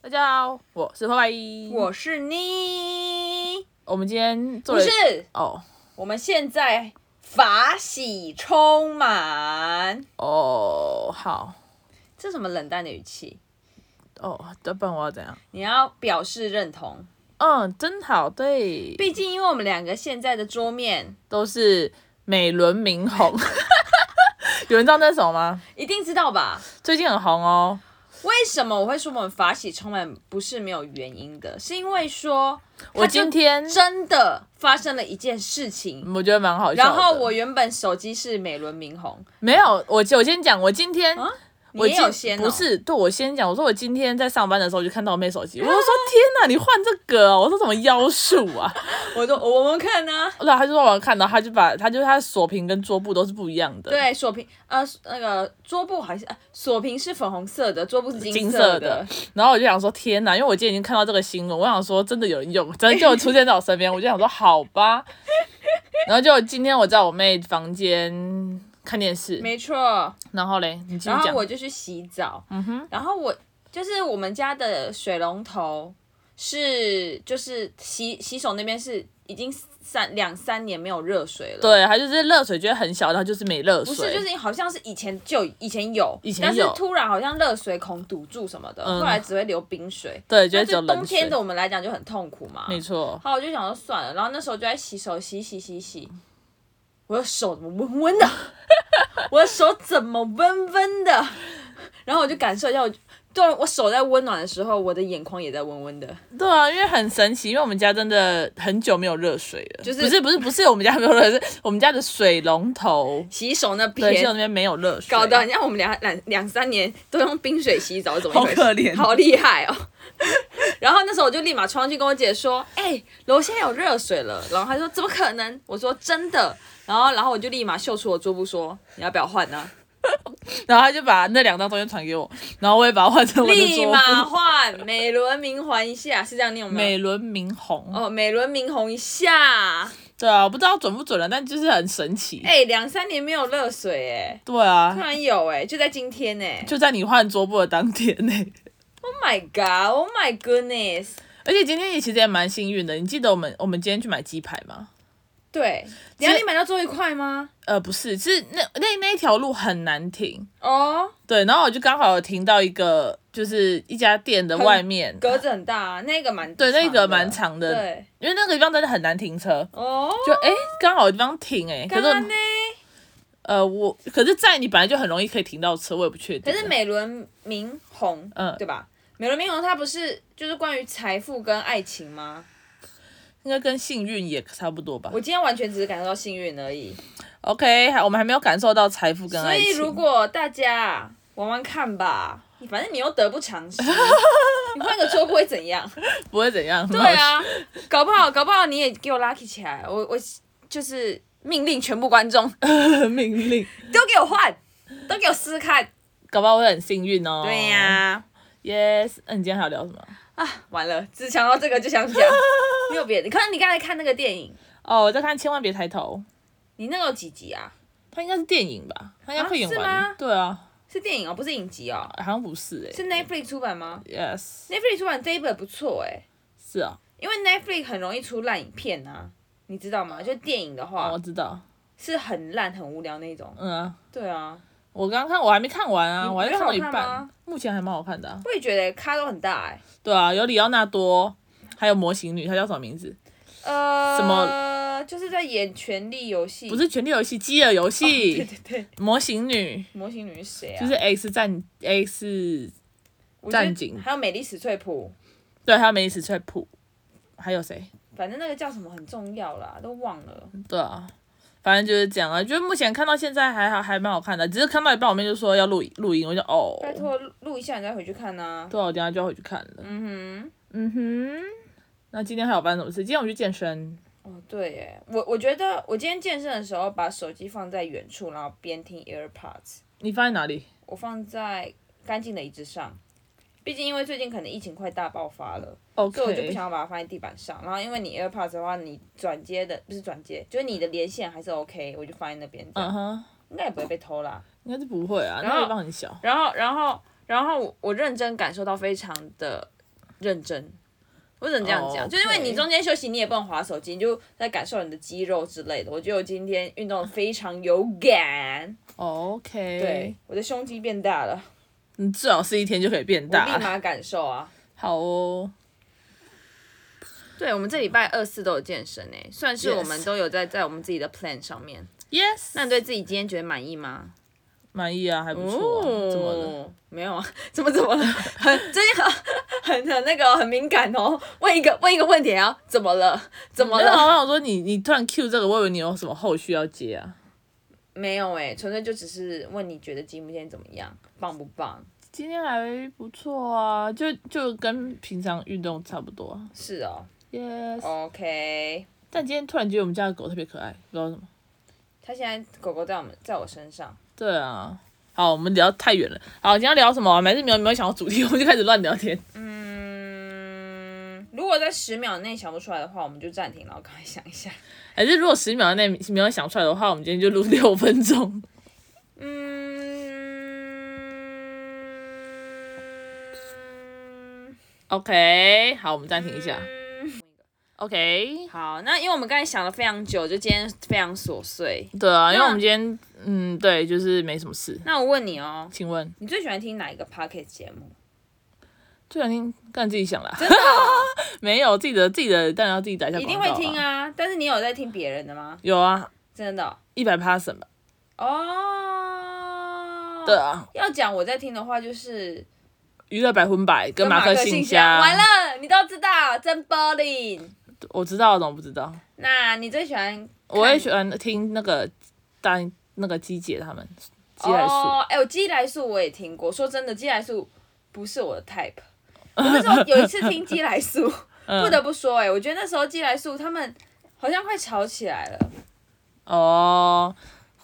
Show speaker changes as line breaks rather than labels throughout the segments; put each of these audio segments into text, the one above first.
大家好，我是坏坏。
我是你，
我们今天做
不
了
是，
哦
我们现在法喜充满，
哦好
这什么冷淡的语气？
哦，这本我要怎样？
你要表示认同，
嗯，真好，对，
毕竟因为我们两个现在的桌面
都是美轮明宏。 有人知道那首吗？
一定知道吧？
最近很红哦。
为什么我会说我们法喜充满不是没有原因的？是因为说
我今天
它就真的发生了一件事情，
我觉得蛮好笑的。
然后我原本手机是美轮明宏，
没有，我我先讲，我今天、
啊
我
你也有
今
先、哦、
不是，对我先讲，我说我今天在上班的时候就看到我妹手机，我就说天哪，你换这个、哦，我说什么妖术啊？
我说我们看啊呢、
然啊后他就让我看到，他就把他就是他的锁屏跟桌布都是不一样的，，
对，锁屏呃那个桌布还是呃锁屏是粉红色的，桌布是
金
色
色的。然后我就想说天哪，因为我今天已经看到这个新闻，我想说真的有人用，真的就出现在我身边，我就想说好吧。然后就今天我在我妹房间看电视，
没错。
然后嘞，你继续
然后
讲，
我就去洗澡，嗯哼，然后我就是我们家的水龙头是就是洗洗手那边是已经三两三年没有热水了，，
对，他就是热水觉得很小，然后就是没热水，
不是就是好像是以前就以前有，
以前
但是
有
突然好像热水孔堵住什么的，
嗯
后来只会流冰水，
对，觉
那
得只有
对
冷
冬
水
天的我们来讲就很痛苦嘛，
没错，
好，我就想说算了，然后那时候就在洗手，洗洗洗洗，我的手怎么温温的？ 我的手怎么温温的？然后我就感受一下，我就对我手在温暖的时候，我的眼眶也在温温的。
对啊，因为很神奇，因为我们家真的很久没有热水了，
就是
不是不是不是我们家没有热水，是我们家的水龙头，
洗手那
对，就那
边
边没有热水，
搞得好像我们两两两三年都用冰水洗澡，怎么一回事
好可怜
好厉害哦！ 然后那时候我就立马冲上去跟我姐说：“哎、楼下有热水了。”然后她说：“怎么可能？”我说：“真的。”然后然后我就立马秀出我桌布说：“你要不要换呢、
然后他就把那两张东西传给我，然后我也把它换成我的
立
桌
马
布，
换美轮明宏一下，是这样念吗？
美轮明宏，
哦，美轮明宏 一下，
对啊，我不知道准不准了，但就是很神奇，
哎、两三年没有热水哎、
对
突
啊，
然有哎、就在今天哎、
就在你换桌布的当天呢、
Oh my god, Oh my goodness，
而且今天也其实也蛮幸运的，你记得我们我们今天去买鸡排吗？
对，等一下你买到最后一块吗？
呃，不是，是那那那一条路很难停，
哦，
对，然后我就刚好有停到一个，就是一家店的外面，
格子很大、啊，那个蛮
对那
长
个
的
蛮长的
对，
因为那个地方真的很难停车，
哦，
就哎刚、好有地方停哎、可
干
是我
呢？
呃我可是在你本来就很容易可以停到车，我也不确定。
可是美轮明宏，
嗯
对吧？美轮明宏他不是就是关于财富跟爱情吗？
应该跟幸运也差不多吧
我。今天完全只是感受到幸运而已。
OK，还我们还没有感受到财富跟
所
爱情。
以如果大家玩玩看吧，反正你又得不偿 失，你换个桌布会怎样？
不会怎样。
对 啊，搞不好搞不好你也给我 lucky 起来，我我就是命令全部观 众
很好，命令，
都给我换，都给我试试看。
搞不好会很幸运哦。
对呀、、
Yes，那你啊今天还要聊什么？
完了，只想到这个就想 讲，没有别的。可是你刚才看那个电影，
哦，我在看《千万别抬头》，
你那个有几集啊？
它应该是电影吧？它应该快演
啊是
完。
吗
对啊，
是电影哦，不是影集哦，
好像不是哎、
是 Netflix 出版吗
Yes，
？Netflix 出版这一本不错哎、
是啊，
因为 Netflix 很容易出烂影片啊，你知道吗？就电影的话，
哦我知道。
是很烂、很无聊那种。
嗯啊，
对啊，我
我刚看我还没看完啊，我还在看到一
你觉得好看
半
吗，
目前还蛮好看的、啊。
也觉得咖都很大哎、
对啊，有里奥纳多，还有模型女，她叫什么名字？
呃，
什
么？就是在演《权力游戏》？
不是《权力游戏》，《饥饿游戏》
哦 对对对，
模型女
模型女是谁啊？
就是 X 战 X，
我觉得
战警
还有美丽史翠普，
对，还有梅丽史翠普，还有谁？
反正那个叫什么很重要啦，都忘了。
对啊，反正就是这样啊。就是目前看到现在还好，还蛮好看的。只是看到一半，我妹就说要录录音，我就哦，
拜托录一下，你再回去看呐、
对啊，我等一下就要回去看了。
嗯
嗯哼，那今天还有发生什么事？今天我去健身，
哼，哦对耶，我我觉得我今天健身的时候把手机放在远处，然后边听 AirPods，
你放在哪里？
我放在干净的椅子上。毕竟因为最近可能疫情快大爆发了，
o
所以我就不
k
想要把它放在地板上。然后因为你 AirPods 的话，你转接的不是转接，就是你的连线还是 OK，我就放在那边这样，
嗯哼，
应该也不会被偷啦。
应该是不会啊，
然
那
后
地方很小。
然后，然后，然后我我认真感受到非常的认真。我只能这样讲
哦
就因为
OK
你中间休息，你也不能划手机，你就在感受你的肌肉之类的。我觉得我今天运动得非常有感，
OK，
对，，我的胸肌变大了，
你最好是一天就可以变
我立
大。
马感受啊。
好哦，
对，我们这礼拜二四都有健身诶、算是
Yes
我们都有在在我们自己的 plan 上面。
Yes，
那你对自己今天觉得满意吗？
满意啊，还不错、啊，怎么了？
哦？没有啊， 怎么怎么了？很最近很很很那个很敏感哦。问一个问一个问题啊，怎么了？怎么
没有啊，
了？
我想说你你突然 Q 这个，我以为你有什么后续要接啊。
没有哎、纯粹就只是问你觉得吉姆今天怎么样，棒不棒？
今天还不错啊，就就跟平常运动差不多啊。
是哦
Yes，、
，OK。
但今天突然觉得我们家的狗特别可爱，不知道为什么。
他现在狗狗在我们在我身上，
对啊，好，我们聊太远了。好，今天要聊什么、啊？还是没有没有想到主题，我们就开始乱聊天。
嗯，如果在十秒内想不出来的话，我们就暂停，然后赶快想一下。
还是如果十秒内没有想出来的话，我们今天就录六分钟。
嗯，
OK，好，我们暂停一下。OK，
好，那因为我们刚才想了非常久，就今天非常琐碎。
对啊，因为
那
我们今天嗯，对，就是没什么事。
那我问你哦，
请问，
你最喜欢听哪一个 Pocket 节目？
最想听，干自己想啦。
真的哦、
没有自己的自己的，当然要自己打一下
一
广告、
定会听。啊！但是你有在听别人的吗？
有啊，
真的
一百 passion 吧。
哦。
对。啊，
要讲我在听的话，就是
娱乐百分百跟马克
克
信
箱。完
箱。
了，你都知道，真 boring。
我知道，怎么不知道？
那你最喜欢
我也喜欢听那个大那个鸡姐他们鸡来素。
哦，哎、我鸡来素我也听过。说真的，鸡来素不是我的 type。我那时候有一次听鸡 来素，不得不说、
嗯
哎，我觉得那时候鸡来素他们好像快吵起来了，
哦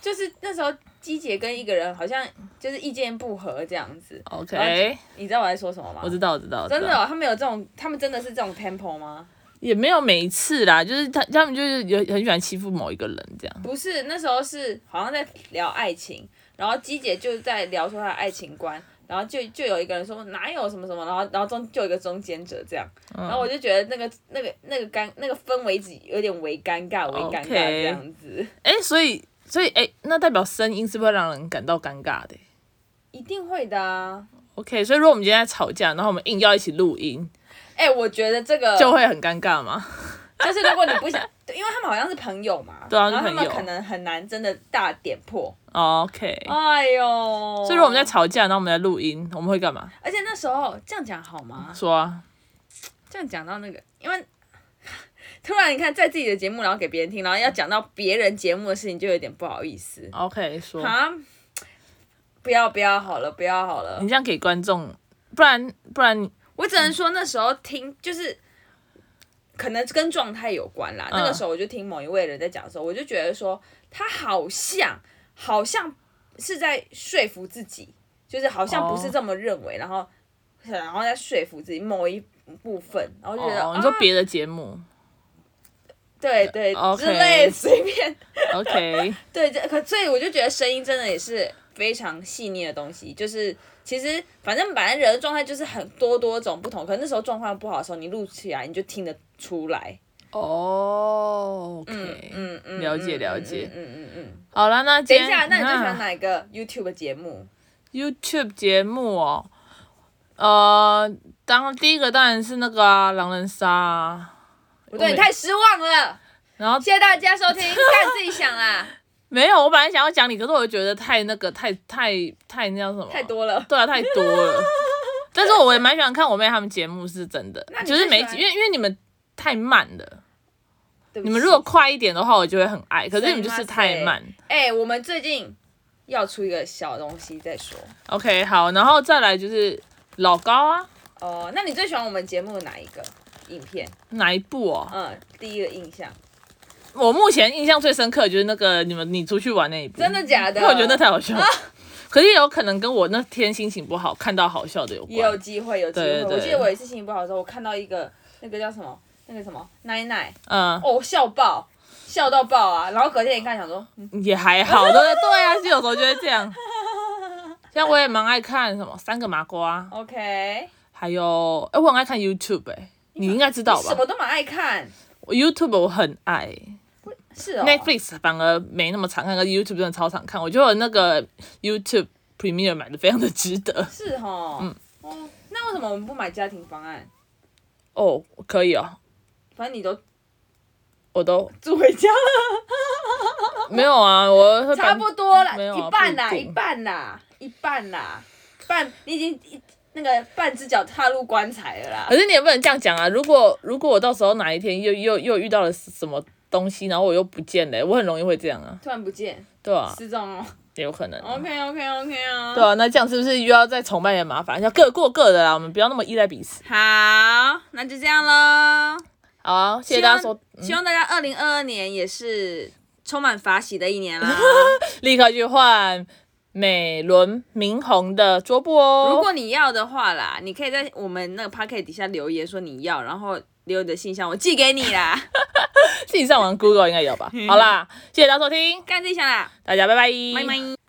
就是那时候鸡姐跟一个人好像就是意见不合这样子。
，OK，
你知道我在说什么吗？
我知道，我知道，我知道
真的哦、他们有这种，他们真的是这种 tempo 吗？
也没有每一次啦，就是他他们就是有很喜欢欺负某一个人这样。
不是，那时候是好像在聊爱情，然后鸡姐就在聊说她的爱情观，然后就就有一个人说哪有什么什么，然后然后中就有一个中间者这样，
嗯
然后我就觉得那个那个那个尴那个氛围只有点微尴尬，微尴尬
哦 OK
这样子
哎、所以所以哎、那代表声音是不是会让人感到尴尬的、
一定会的啊。
OK，所以如果我们今天在吵架，然后我们硬要一起录音，
哎、我觉得这个
就会很尴尬吗？
就是如果你不想， 对因为他们好像是朋友嘛，
对啊
然后他们
是朋友
可能很难真的大点破。
哦 OK，、
哎呦，
所以如果我们在，吵架，然后我们在录音，我们会干嘛？
而且那时候这样讲好吗？
说啊，
这样讲到那个，因为 突然你看在自己的节目，然后给别人听，然后要讲到别人节目的事情，就有点不好意思
OK，说
啊。不要不要好了，不要好了
你。这样给观众，不然不然
我只能说那时候听就是，可能跟状态有关啦。
嗯
那个时候我就听某一位人在讲的时候，我就觉得说他好像好像是在说服自己，就是好像
哦
不是这么认为，然后 然后在说服自己某一部分，然后就觉得、
哦，你说
啊
别的节目、
对对
OK
之类的随便
OK，
对，这可所以我就觉得声音真的也是非常细腻的东西，就是其实反正本来人的状态就是很多多种不同，可能那时候状况不好的时候，你录起来你就听得出来。
哦，OK，
嗯嗯，
了解
嗯
了解
嗯嗯嗯嗯。
好了，那
等
等
一下，那你最喜欢哪一个 YouTube 的节目？
YouTube 节目哦，呃，当第一个当然是那个啊，狼人杀、啊。
我对你太失望了。
然后
谢谢大家收听，看自己想啊啦，
没有，我本来想要讲你，可是我觉得太那个，太太太那叫什么？
太多了。
对啊，太多 了。但是我也蛮喜欢看我妹他们节目，是真的
那，你
就
最
是每一
喜欢
集，因为因为你们太慢了，
对
你
不起
们如果快一点的话，我就会很爱。可是你们就
塞
是
马
太
塞
慢。
哎、我们最近要出一个小东西再说。
OK，好，然后再来就是老高啊，
哦、那你最喜欢我们节目哪一个影片？
哪一部哦？
嗯，第一个印象，
我目前印象最深刻的就是那个你们你出去玩那一部，
真的假的？啊
因为我觉得那太好笑了。可是也有可能跟我那天心情不好看到好笑的有
也有
关。
机会，有机
对
会。
对
我记得我有一次心情不好的时候，我看到一个那个叫什么，那个什么奶奶，
嗯，
哦，笑爆，笑到爆啊！然后隔天一看，想说，嗯
也还好，对对啊，是有时 候就会这样。像我也蛮爱看什么《三个麻瓜》，
，OK，
还有，哎、我很爱看 YouTube，、哎，你应该知道
你什
吧
么都蛮爱看，
我？YouTube 我很爱、
是哦。
Netflix 反而没那么常看，可是 YouTube 真的超常看。我觉得我那个 YouTube Premier 买的非常的值 得
是哦。
嗯
哦，那为什么我们不买家庭方案？
哦，可以哦，
反正你都
我都
住回家 了，
没有啊，我会
差
搬
不多啦，
没有啊
一半啦，
不一
一
定
半啦，一半啦，半你已经一那个半只脚踏入棺材了啦
可。是你也不能这样讲啊！如果如果我到时候哪一天又又又遇到了什么东西，然后我又不见了、我很容易会这样啊，
突然不见，
对啊，
失踪哦。
也有可能啊、
OK OK OK 啊。
对啊，那这样是不是又要再重办点麻烦？要各过各的啦，我们不要那么依赖彼此。
好，那就这样喽。
好啊、谢谢大家
希望
收，
希望大家二零二二年也是充满法喜的一年啦。
立刻去换美轮明宏的桌布哦。
如果你要的话啦，你可以在我们那个 p o c k e t 底下留言说你要，然后留你的信箱，我寄给你啦。
自己上网 Google 应该有吧？好啦，谢谢大家收听，
干自己想啦，
大家拜拜，
拜拜。